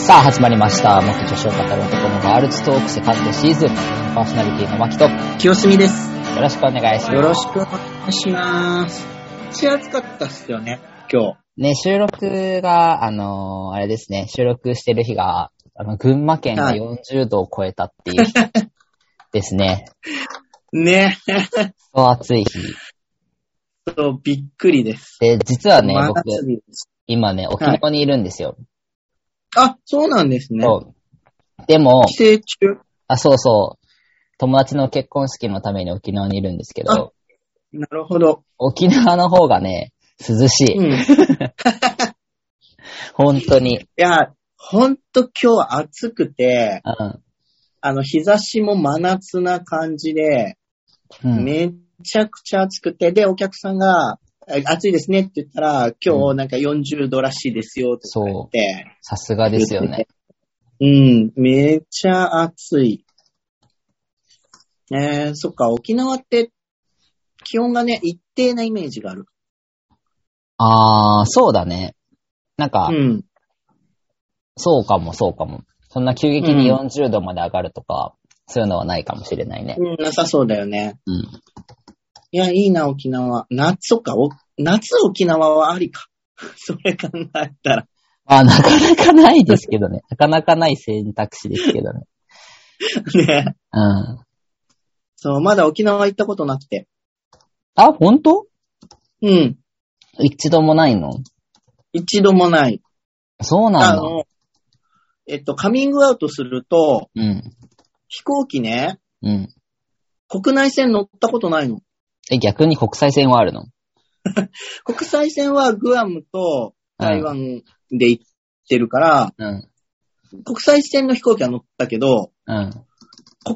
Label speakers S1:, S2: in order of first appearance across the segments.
S1: さあ、始まりました。もっと女子を語る男のガールズトークセカンドシーズン。パーソナリティの牧と、よ
S2: 清澄です。
S1: ろしくお願いします。
S2: よろしくお願いします。し暑かったっすよね、今
S1: ね、収録が、あのーあれですね、収録してる日が、あの、群馬県が
S2: はい
S1: 40度を超えたっていう日ですね。
S2: 日。ね。
S1: そう暑い日。
S2: そう、びっくりです。
S1: で、実はね、
S2: 真
S1: 僕、
S2: 夏日です。
S1: 今ね、沖縄にいるんですよ。
S2: あ、そうなんですね。
S1: そうでも、
S2: 帰省中。
S1: あ、そうそう。友達の結婚式のために沖縄にいるんですけど、
S2: なるほど。
S1: 沖縄の方がね、涼しい。
S2: うん。い
S1: 本当に。
S2: や、ほんと今日暑くて、
S1: うん。
S2: あの、日差しも真夏な感じで、
S1: うん、
S2: めちゃくちゃ暑くて、で、お客さんが、え暑いですねって言ったら、今日なんか40度らしいですよ、とか言って。
S1: さすがですよね。
S2: うん、めっちゃ暑い。えー、そっか、沖縄って気温がね、一定なイメージがある。
S1: あー、そうだね。なんか、
S2: うん。
S1: そうかも、そうかも。そんな急激に
S2: うん
S1: 40度まで上がるとか、そういうのはないかもしれないね。
S2: うん、なさそうだよね。
S1: うん。
S2: いや、いいな、沖縄。夏、そっか、お夏沖縄はありか。 それ考えたら。
S1: まあ、なかなかないですけどね。 なかなかない選択肢ですけどね。
S2: ね。
S1: うん。
S2: そう、まだ沖縄行ったことなくて。
S1: あ、本当
S2: うん。
S1: 一度もないの
S2: 一度もない。
S1: そうなんだ。
S2: の、えっと、カミングアウトすると、
S1: うん。
S2: 飛行機ね、
S1: うん。
S2: 国内線乗ったことないの。
S1: え、逆に国際線はあるの
S2: 国際線はグアムと台湾で行ってるから、
S1: うん。
S2: 国際線の飛行機は乗ったけど、
S1: うん。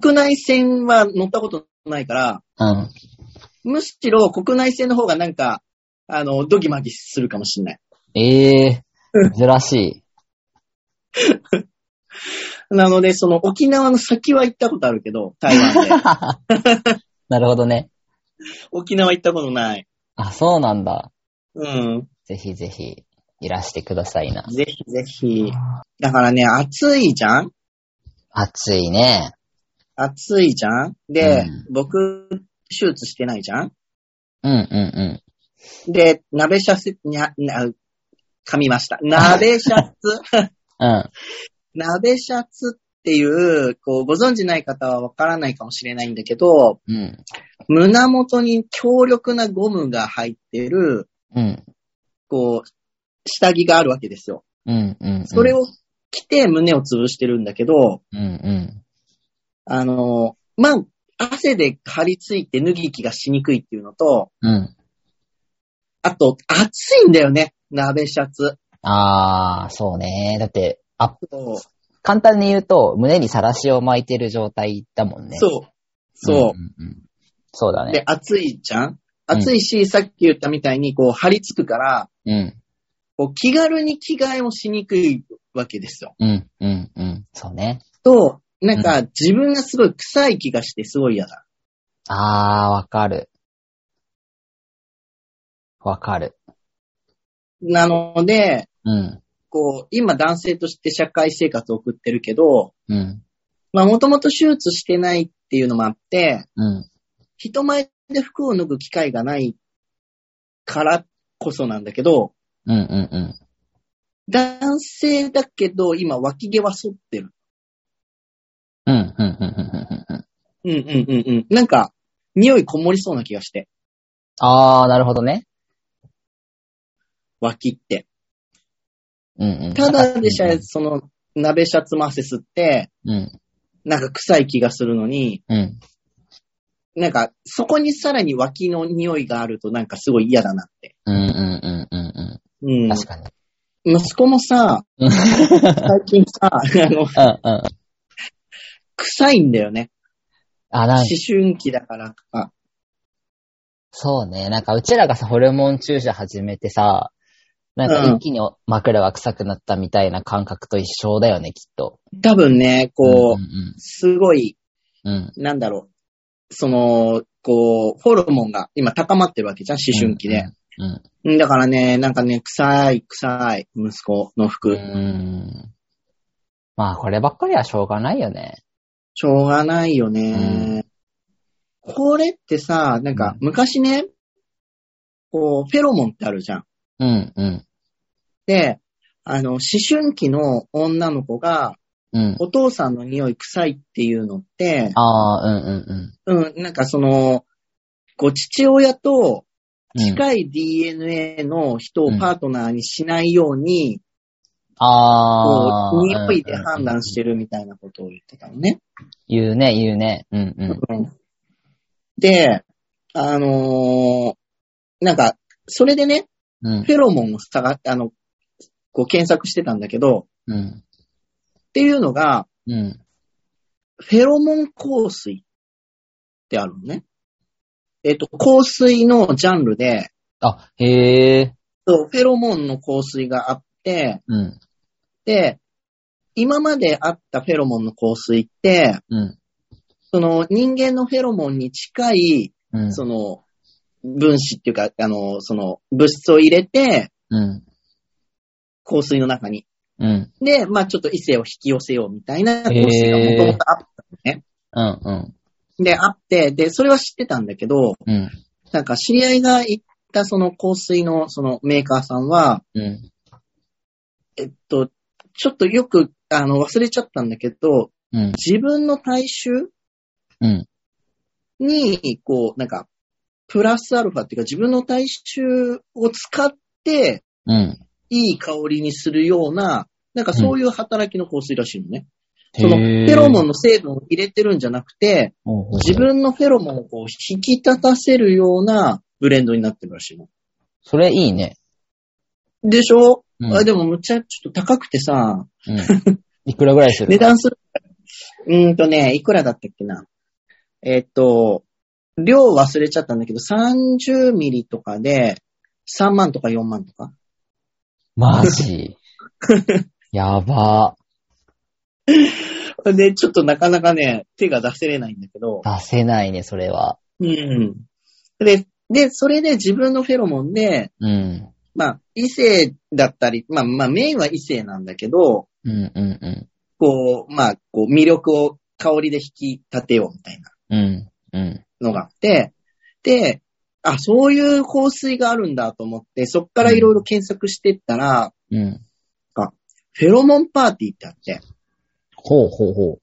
S2: 国内線は乗ったことないから、
S1: うん。
S2: むしろ国内線の方がなんか、あの、ドギマギするかもしれない。
S1: ええ珍し い。
S2: なので、その沖縄の先は行ったことあるけど、台湾で。
S1: なるほどね。
S2: 沖縄行ったことない。
S1: あ、そうなんだ。
S2: うん。
S1: ぜひぜひ、いらしてくださいな。
S2: ぜひぜひ。だからね、暑いじゃん
S1: 暑いね。
S2: 暑いじゃんで、
S1: う
S2: 僕、手術してないじゃん
S1: うんうん
S2: で、鍋シャツ、にゃ、にゃ、噛みました。鍋シ ャツ、
S1: うん。うん。
S2: 鍋シャツっていう、こう、ご存知ない方はわからないかもしれないんだけど、
S1: うん。
S2: 胸元に強力なゴムが入ってる、
S1: うん。
S2: こう、下着があるわけですよ。
S1: うんうん。
S2: それ。を着て胸を潰してるんだけど、
S1: うんうん。
S2: あの、まあ、汗で張り付いて脱ぎ着がしにくいっていうのと、
S1: うん。
S2: あと、暑いんだよね、鍋シャツ。
S1: あー、そうね。だって、あ、
S2: そう。
S1: 簡単に言うと、胸にさらしを巻いてる状態だもんね。
S2: そう。そう。
S1: んうんうんそうだ
S2: で
S1: ね。、
S2: 暑いじゃん暑いし、さっき言ったみたいに、こう、張り付くから、
S1: うん。
S2: こう、気軽に着替えをしにくいわけですよ。
S1: うん、うん、うん。そうね。
S2: と、なんか、自分がすごい臭い気がして、すごい嫌だ。
S1: あー、わかる。わかる。
S2: なので、
S1: うん、
S2: こう、今男性として社会生活を送ってるけど、
S1: うん、
S2: まあ、もともと手術してないっていうのもあって、
S1: うん、
S2: 人前で服を脱ぐ機会がないからこそなんだけど、
S1: うん、うん、うん。
S2: 男性だけど、今、脇毛は剃ってる。
S1: うん、うん、うん、うん、うん。
S2: うんうんうんうん。なんか、匂いこもりそうな気がして、
S1: あー、なるほどね。
S2: 脇って。
S1: うん、うん。
S2: ただでさ
S1: う
S2: え、
S1: ん
S2: その、鍋シャツも汗吸って、
S1: うん、
S2: なんか臭い気がするのに、
S1: うん。
S2: なんか、そこにさらに脇の匂いがあるとなんかすごい嫌だなって。
S1: うん、うん、うん、うん、
S2: う
S1: うんん。。確かに。
S2: 息子 もさ、
S1: うん、
S2: 最近さ、あの、
S1: うん、うん。
S2: 臭いんだよね。
S1: あ、なん
S2: 思
S1: か、
S2: 春期だからか。
S1: そうね。なんか、うちらがさ、ホルモン注射始めてさ、なん
S2: う
S1: か、
S2: ん
S1: 一気に枕が臭くなったみたいな感覚と一緒だよね、きっと。
S2: 多分ね、こ
S1: う
S2: う、
S1: ん、
S2: すごい、
S1: うん、うん。
S2: なんだろう。その、こう、ホルモンが今高まってるわけじゃん、思春期で。
S1: うん。
S2: うんだからね、なんかね、臭い、臭い、息子の
S1: う
S2: 服。
S1: ん。まあ、こればっかりはしょうがないよね。
S2: しょうがないよね。これってさ、なんか昔ね、こう、フェロモンってあるじゃん。
S1: うん、うん、
S2: で、あの、思春期の女の子が、
S1: うん。
S2: お父さんの匂い臭いっていうのって、
S1: ああ、うん、うん、
S2: うん、なんかその、こう、父親と
S1: うん。うん、
S2: 近い DNA の人をパートナーにしないように、
S1: ああ
S2: こう、、匂いで判断
S1: し
S2: してるみたいなことを言ってたのね。
S1: 言うね、言うね。うん、うん。
S2: うんで、あのーなんか、それでね、
S1: うん、
S2: フェロモンを探って、あの、こう検索してたんだけど、
S1: うん、
S2: っていうのが、
S1: うん。
S2: フェロモン香水ってあるのね。えっと、香水のジャンルで、
S1: あ、へえ、
S2: そうフェロモンの香水があって、
S1: うん、
S2: で、今まであったフェロモンの香水って、
S1: うん、
S2: その人間のフェロモンに近い、
S1: うん、
S2: その、分子っていうか、あの、その、物質を入れて、
S1: うん、
S2: 香水の中に。
S1: うん、
S2: で、まあちょっと異性を引き寄せようみたいな香
S1: へー
S2: 水がもともとあっ
S1: うん、うん、
S2: で、あって、で、それは知ってたんだけど、
S1: うん、
S2: なんか知り合いが行ったその香水のそのメーカーさんは、
S1: うん、
S2: えっと、ちょっとよく、あの、忘れちゃったんだけど、
S1: うん、
S2: 自分の体臭
S1: うん、
S2: に、こう、なんか、プラスアルファっていうか自分の体臭を使って、
S1: うん。
S2: いい香りにするような、なんかそういう働きの香水らしいのね。その、フ
S1: へー
S2: ェロモンの成分を入れてるんじゃなくて、
S1: おうおう
S2: 自分のフェロモンをこう引き立たせるようなブレンドになってるらしいの。
S1: それいいね。
S2: でしょ、
S1: うん
S2: あでもむっちゃちょっと高くてさ、
S1: うん。いくらぐらいす
S2: 値
S1: る
S2: 段する。うーんとね、いくらだったっけな。えっと、量忘れちゃったんだけど、30ミリとかで3万とか4万と か。
S1: マ ジ。やば。
S2: で、ちょっとなかなかね、手が出せれないんだけど。
S1: 出せないね、それは。
S2: うん。で、で、それで自分のフェロモンで、
S1: うん。
S2: まあ、異性だったり、まあ、まあ、メインは異性なんだけど、
S1: うん、うん、う。
S2: こう、まあ、こう、魅力を香りで引き立てようみたいなん
S1: うん、うん。
S2: のがあって、で、あ、そういう香水があるんだと思って、そっからいろいろ検索してったら、
S1: うん。
S2: フェロモンパーティーってあって、
S1: ほうほうほう。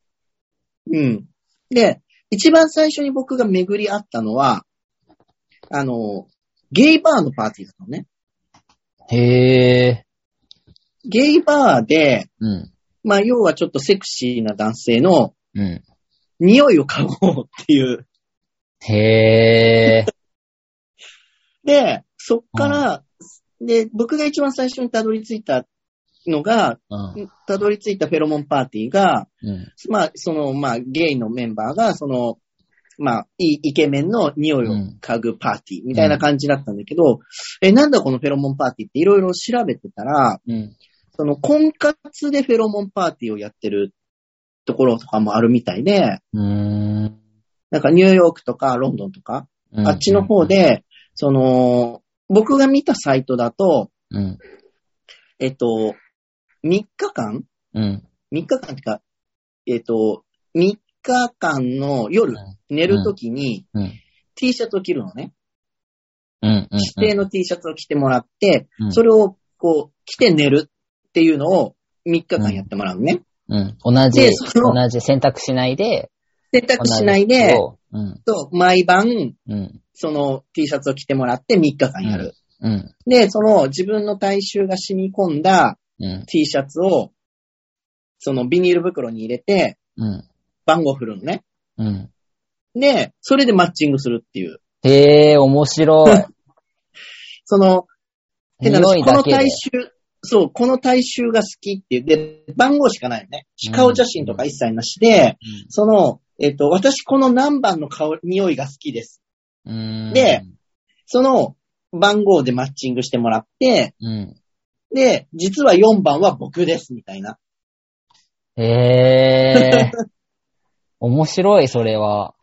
S2: うん。で、一番最初に僕が巡り合ったのは、あの、ゲイバーのパーティーだったのね。
S1: へえ。
S2: ゲイバーで、
S1: うん。
S2: まあ、要はちょっとセクシーな男性の
S1: う
S2: 匂いを嗅ごうっていう。
S1: ん。へえ。
S2: で、そっから、で、僕が一番最初にたどり着いたのが、
S1: うん。
S2: たどり着いたフェロモンパーティーが、
S1: うん。
S2: まあ、その、まあ、ゲイのメンバーが、その、まあ、いいイケメンの匂いを嗅ぐパーティーみたいな感じだったんだけど、え、なんだこのフェロモンパーティーっていろいろ調べてたら、
S1: うん。
S2: その婚活でフェロモンパーティーをやってるところとかもあるみたいで、
S1: うーん。
S2: なんかニューヨークとかロンドンとか、
S1: うん
S2: あっちの方。で、その、僕が見たサイトだと、
S1: うん。
S2: えっと、3日間
S1: うん。
S2: ?3 日間ってか、えっと、3日間の夜、寝るときに
S1: うん
S2: T シャツを着るのね。
S1: うん。うん。
S2: 指定の T シャツを着てもらって、
S1: うん
S2: それをこう、着て寝るっていうのを3日間やってもらうのね。
S1: うん。同じ
S2: で、その
S1: 同じ選択しないで。
S2: 選択しないで、
S1: 同じ服をうん。
S2: と毎晩、
S1: うん。
S2: その T シャツを着てもらって3日間やる。
S1: うん。
S2: で、その自分の体臭が染み込んだ
S1: うん。
S2: T シャツを、そのビニール袋に入れて、
S1: うん。
S2: 番号振るのね。
S1: うん。
S2: で、それでマッチングするっていう。
S1: へえ、面 白い。
S2: その、変な
S1: 匂
S2: 話
S1: い
S2: こ
S1: だ
S2: の
S1: けで
S2: 体。臭、そう、この体臭が好きっていう。で、番号しかないよね
S1: うん。
S2: 顔写真とか一切なしで、その、えっ、と、私この何番の香り匂いが好きです。
S1: うん
S2: で、その番号でマッチングしてもらって、
S1: うん。
S2: で、実は4番は僕です、みたいな。
S1: へえ。面白い、それは。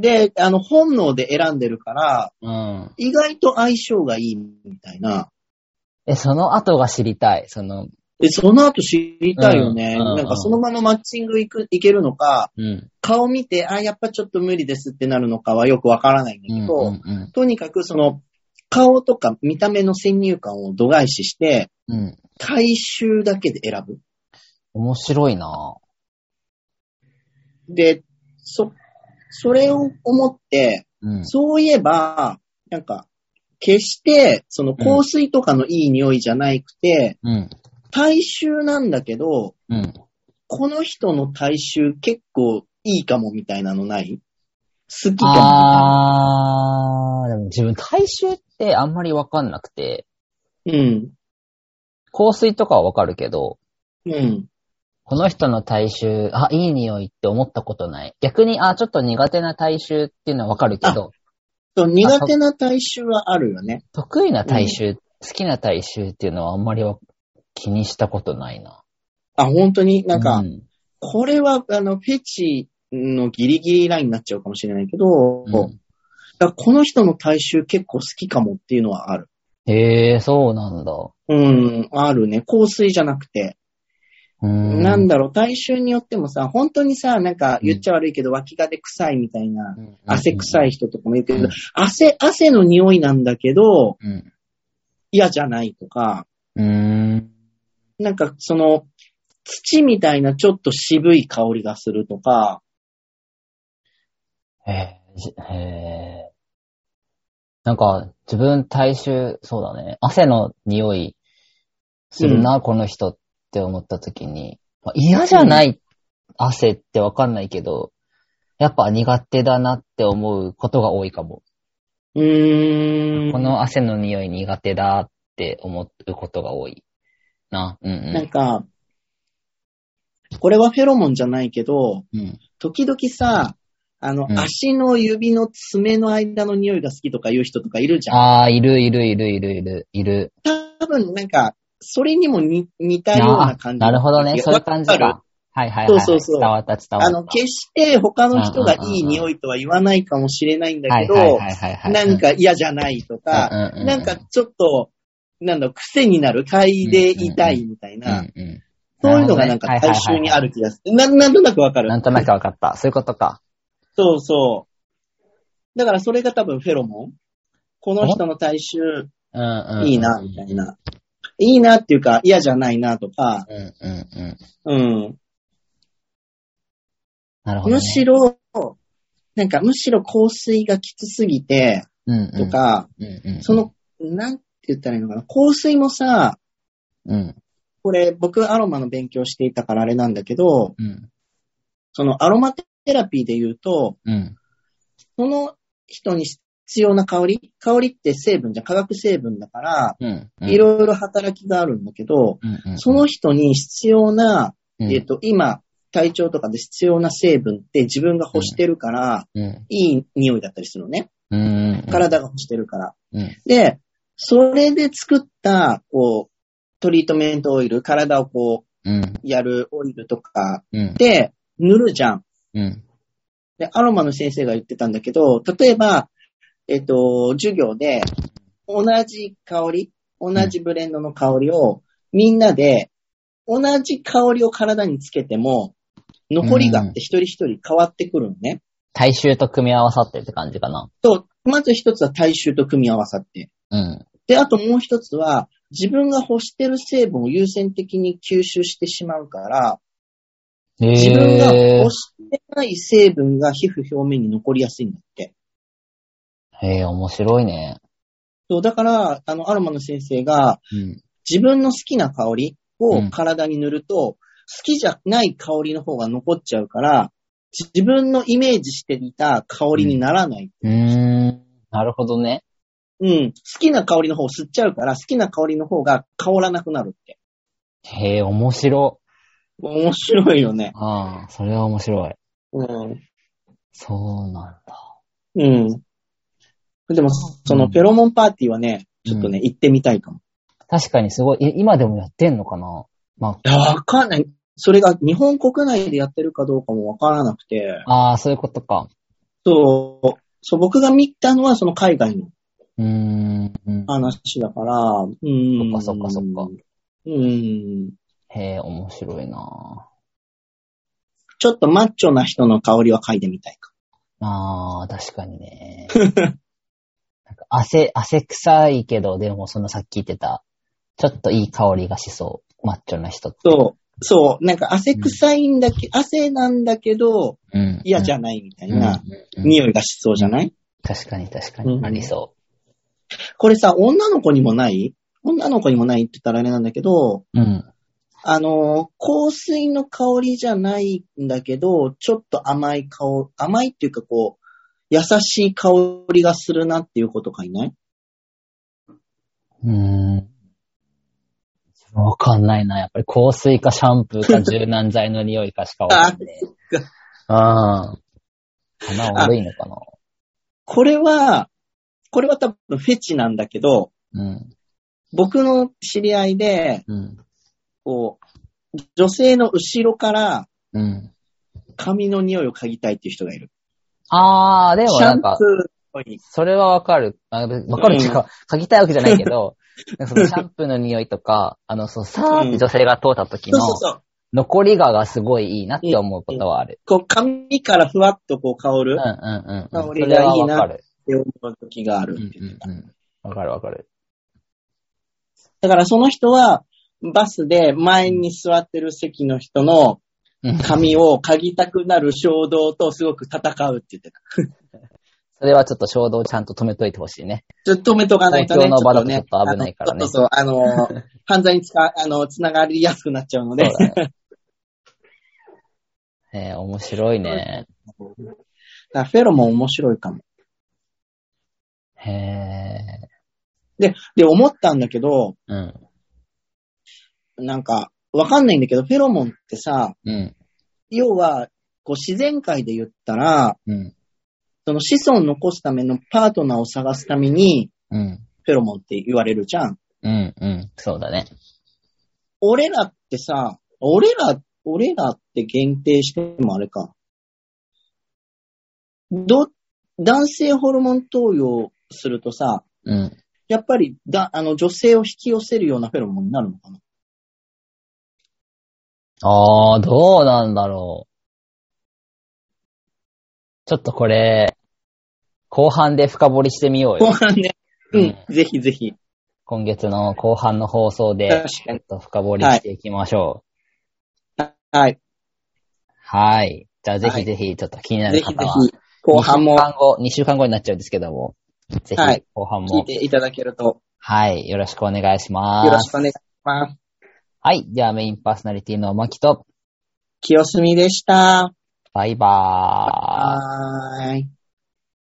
S2: で、あの、本能で選んでるから、
S1: うん。
S2: 意外と相性がいいみたいな。
S1: え、その後が知りたい。その、
S2: で、その後知りたいよね。
S1: うんうん
S2: なんかそのままマッチング行く、行けるのか、
S1: うん。
S2: 顔見て、あ、やっぱちょっと無理ですってなるのかはよくわからないんだ
S1: うん
S2: けど、
S1: うんうん
S2: とにかくその、顔とか見た目の先入観を度外視して、
S1: うん。
S2: 体臭だけで選ぶ。
S1: 面白いな
S2: で、そ、それを思って、
S1: うん。
S2: そういえば、なんか、決して、その香水とかのいい匂いじゃなくて、
S1: うん。
S2: 体臭なんだけど、
S1: うん。
S2: この人の体臭結構いいかもみたいなのない好きかもみたいな。
S1: あー、でも自分体臭ってあんまりわかんなくて、
S2: うん。
S1: 香水とかはわかるけど、
S2: うん。
S1: この人の体臭、あ、いい匂いって思ったことない。逆に、あ、ちょっと苦手な体臭っていうのはわかるけど、
S2: そう苦手な体臭はあるよね。
S1: 得意な体臭、好きな体臭っていうのはあんまりわ気にしたことないな。
S2: あ、本当になんか、
S1: うん
S2: これは、あの、フェチのギリギリラインになっちゃうかもしれないけど、
S1: うん
S2: だからこの人の体臭結構好きかもっていうのはある。
S1: へえー、そうなんだ。
S2: うん、あるね。香水じゃなくて。
S1: うーん
S2: なんだろう、体臭によってもさ、本当にさ、なんか言っちゃ悪いけど、脇がで臭いみたいな、汗臭
S1: い。
S2: い人とかもいるけ
S1: う
S2: ど
S1: ん、
S2: 汗、汗の匂いなんだけど、
S1: うん。
S2: 嫌じゃないとか、
S1: うーん。
S2: なんかその、土みたいなちょっと渋い香りがするとか、
S1: えーじえーなんか、自分体臭、そうだね。汗の匂いするな、この人って思った時に、まあ嫌じゃない汗ってわかんないけど、やっぱ苦手だなって思うことが多いかも。
S2: うーん。
S1: この汗の匂い苦手だって思うことが多い。な、うん
S2: なん
S1: う
S2: か、これはフェロモンじゃないけど、
S1: ん。うん、
S2: 時々さ、あの、
S1: うん
S2: 足の指の爪の間の匂いが好きとか言う人とかいるじゃん。
S1: ああ、いるいるいるいるいる、いる。
S2: 多分なんか、それにも似似たよう
S1: あ
S2: な感じ。
S1: なるほどね。そういう感じ
S2: わかる
S1: か。はいはいはい。
S2: そうそうそう
S1: 伝わった伝わった。
S2: あの、決して他の人がいい匂いとは言わないかもしれないんだけど、
S1: いはいは
S2: なん、か嫌じゃないとか、
S1: な
S2: なんか、ちょっと、なんだろう、癖になる、嗅いでいたいみたいな、
S1: うんうん
S2: そういうのがなんか大衆にある気がする。ななんとなくわかる。
S1: なんとなくわかった。そういうことか。
S2: そうそう。だからそれが多分フェロモン。この人の体臭
S1: うんうん。
S2: いいな、みたいな。いいなっていうか嫌じゃないなとか、
S1: うんうんうん。
S2: うん。
S1: なるほど、ね。
S2: むしろ、なんかむしろ香水がきつすぎて
S1: うんうん
S2: と、か、
S1: うんうん、
S2: そ、の、なんて言ったらいいのかな。香水もさ、
S1: うん
S2: これ僕アロマの勉強していたからあれなんだけど、
S1: うん
S2: そのアロマテラピーで言うと、
S1: うん
S2: その人に必要な香り香りって成分じゃん化学成分だから、
S1: うんうん。
S2: いろいろ働きがあるんだけど、
S1: うんうん、
S2: その人に必要な、
S1: うん、
S2: えっ、と、今、体調とかで必要な成分って自分が欲してるから、
S1: うん
S2: いい匂いだったりするのね。
S1: うんうん、
S2: 体が欲してるから。
S1: うん
S2: で、それで作った、こう、トリートメントオイル、体をこう、
S1: うん
S2: やるオイルとか
S1: うん
S2: で塗るじゃん。
S1: うん
S2: で、アロマの先生が言ってたんだけど、例えば、えっ、と、授業で、同じ香り、同じブレンドの香りを、みんなで、同じ香りを体につけても、残りがって一人一人変わってくるのね。
S1: 体臭と組み合わさってって感じかな。
S2: と、まず一つは体臭と組み合わさって。
S1: うん。
S2: で、あともう一つは、自分が欲してる成分を優先的に吸収してしまうから、自分が
S1: へ
S2: 欲してない成分が皮膚表面に残りやすいんだって。
S1: え、へえ、面白いね。
S2: そう、だから、あの、アロマの先生が、
S1: うん。
S2: 自分の好きな香り
S1: う
S2: を
S1: ん
S2: 体に塗ると、好きじゃない香りの方が残っちゃうから、自分のイメージしていた香りにならない。
S1: うーん。なるほどね。
S2: うん。好きな香りの方を吸っちゃうから、好きな香りの方が香らなくなるって。
S1: へえ、面白。
S2: 面白いよね。
S1: ああ、それは面白い。
S2: うん。
S1: そうなんだ。
S2: うん。でも、その、フェロモンパーティーはね、ちょっとね、行ってみたいかも。
S1: 確かにすごい、い今でもやってんのかない
S2: や、わかんない。それが日本国内でやってるかどうかもわからなくて。
S1: ああ、そういうことか。
S2: そう。そう、僕が見たのはその海外の
S1: うーん。うん
S2: 話だから、う
S1: そ
S2: ん。
S1: っかそっかそっか
S2: うん。
S1: へえ、面白いな
S2: ちょっとマッチョな人の香りは嗅いでみたいか。
S1: ああ、確かに ね。なんか汗、汗臭いけど、でもそのさっき言ってた、ちょっといい香りがしそう。マッチョな人って。
S2: そう。そう。なんか汗臭いんだけ、汗なんだけど、
S1: うん。
S2: 嫌じ
S1: ゃ
S2: ゃないみたいな、
S1: うんうん
S2: 匂いがしそうじゃない
S1: 確かに確かに。
S2: うん
S1: ありそ
S2: これさ、女の子にもない女の子にもないって言ったらあれなんだけ
S1: う。
S2: ど、
S1: うん。
S2: あのー、香水の香りじゃないんだけど、ちょっと甘い香り、甘いっていうかこう、優しい香りがするなっていう子とかいない
S1: うん。わかんないな。やっぱり香水かシャンプーか 柔軟剤の匂いかしかわかんない。ああ。鼻悪いのか
S2: これは、これは多分フェチなんだけど、
S1: な。うん。
S2: 僕の知り合いで、
S1: うん。
S2: こう、女性の後ろから
S1: うん。
S2: 髪の匂いを嗅ぎたいっていう人がいる。
S1: ああ、でも
S2: シャ
S1: なん
S2: ンプ
S1: か、
S2: ーに
S1: それはわかる。あわかるっていうか、書きたいわけじゃないけ ど、なんかそのシャンプーの匂いとか、あの、そう、さーって女性が通った時
S2: そ
S1: の
S2: う、そうそう。
S1: 残りががすごいいいなって思うことはある。
S2: こう、髪からふわっとこう香
S1: う
S2: る
S1: んうんうん。
S2: 香りがいい
S1: それ
S2: な
S1: はわかる。
S2: って思う時がある
S1: うんうんうん。わかるわかる。
S2: だからその人は、バスで前に座ってる席の人の
S1: うん
S2: 髪を嗅ぎたくなる衝動とすごく戦うって言ってた。
S1: それはちょっと衝動をちゃんと止めといてほしいね。
S2: ちょっと止めとかないとね。
S1: 公共の場だと
S2: ね
S1: ちょっと危ないからね
S2: あのそうそう、あの、 犯罪につか、あの、つながりやすくなっちゃうの
S1: そ
S2: で
S1: う。だね。えー、面白いね。
S2: だからフェロも面白いかも。
S1: へえ。
S2: で、で、思ったんだけど、
S1: うん。
S2: なんか、わかんないんだけど、フェロモンってさ、
S1: うん。
S2: 要は、こう自然界で言ったら、
S1: うん。
S2: その子孫を残すためのパートナーを探すために、
S1: うん。
S2: フェロモンって言われるじゃん。
S1: うん。うん。そうだね。
S2: 俺らってさ、俺ら、俺らって限定してもあれか。ど、男性ホルモン投与するとさ、
S1: うん。
S2: やっぱりだ、あの、女性を引き寄せるようなフェロモンになるのかな
S1: ああ、どうなんだろう。ちょっとこれ、後半で深掘りしてみよう
S2: 後
S1: よ。
S2: 半ね。うん、ぜひぜひ。
S1: 今月の後半の放送で
S2: 確、か
S1: ちょっ
S2: に。
S1: と深掘りしていきましょ
S2: はい。
S1: う。はい。じゃあぜ
S2: は
S1: ひ
S2: い
S1: ぜひ、ちょっと気にな
S2: ぜ
S1: る
S2: ひぜ
S1: 方は、
S2: ひ、後半
S1: 2
S2: も
S1: 週間後、2週間後になっちゃうんですけども、ぜ
S2: は
S1: ひ
S2: い
S1: 後半
S2: 聞い
S1: も、
S2: ていただけると、
S1: はい、よろしくお願いします。
S2: よろしくお願いします。
S1: はい。ではメインパーソナリティのマキと、
S2: 清澄でした。
S1: バイバーイ。
S2: あー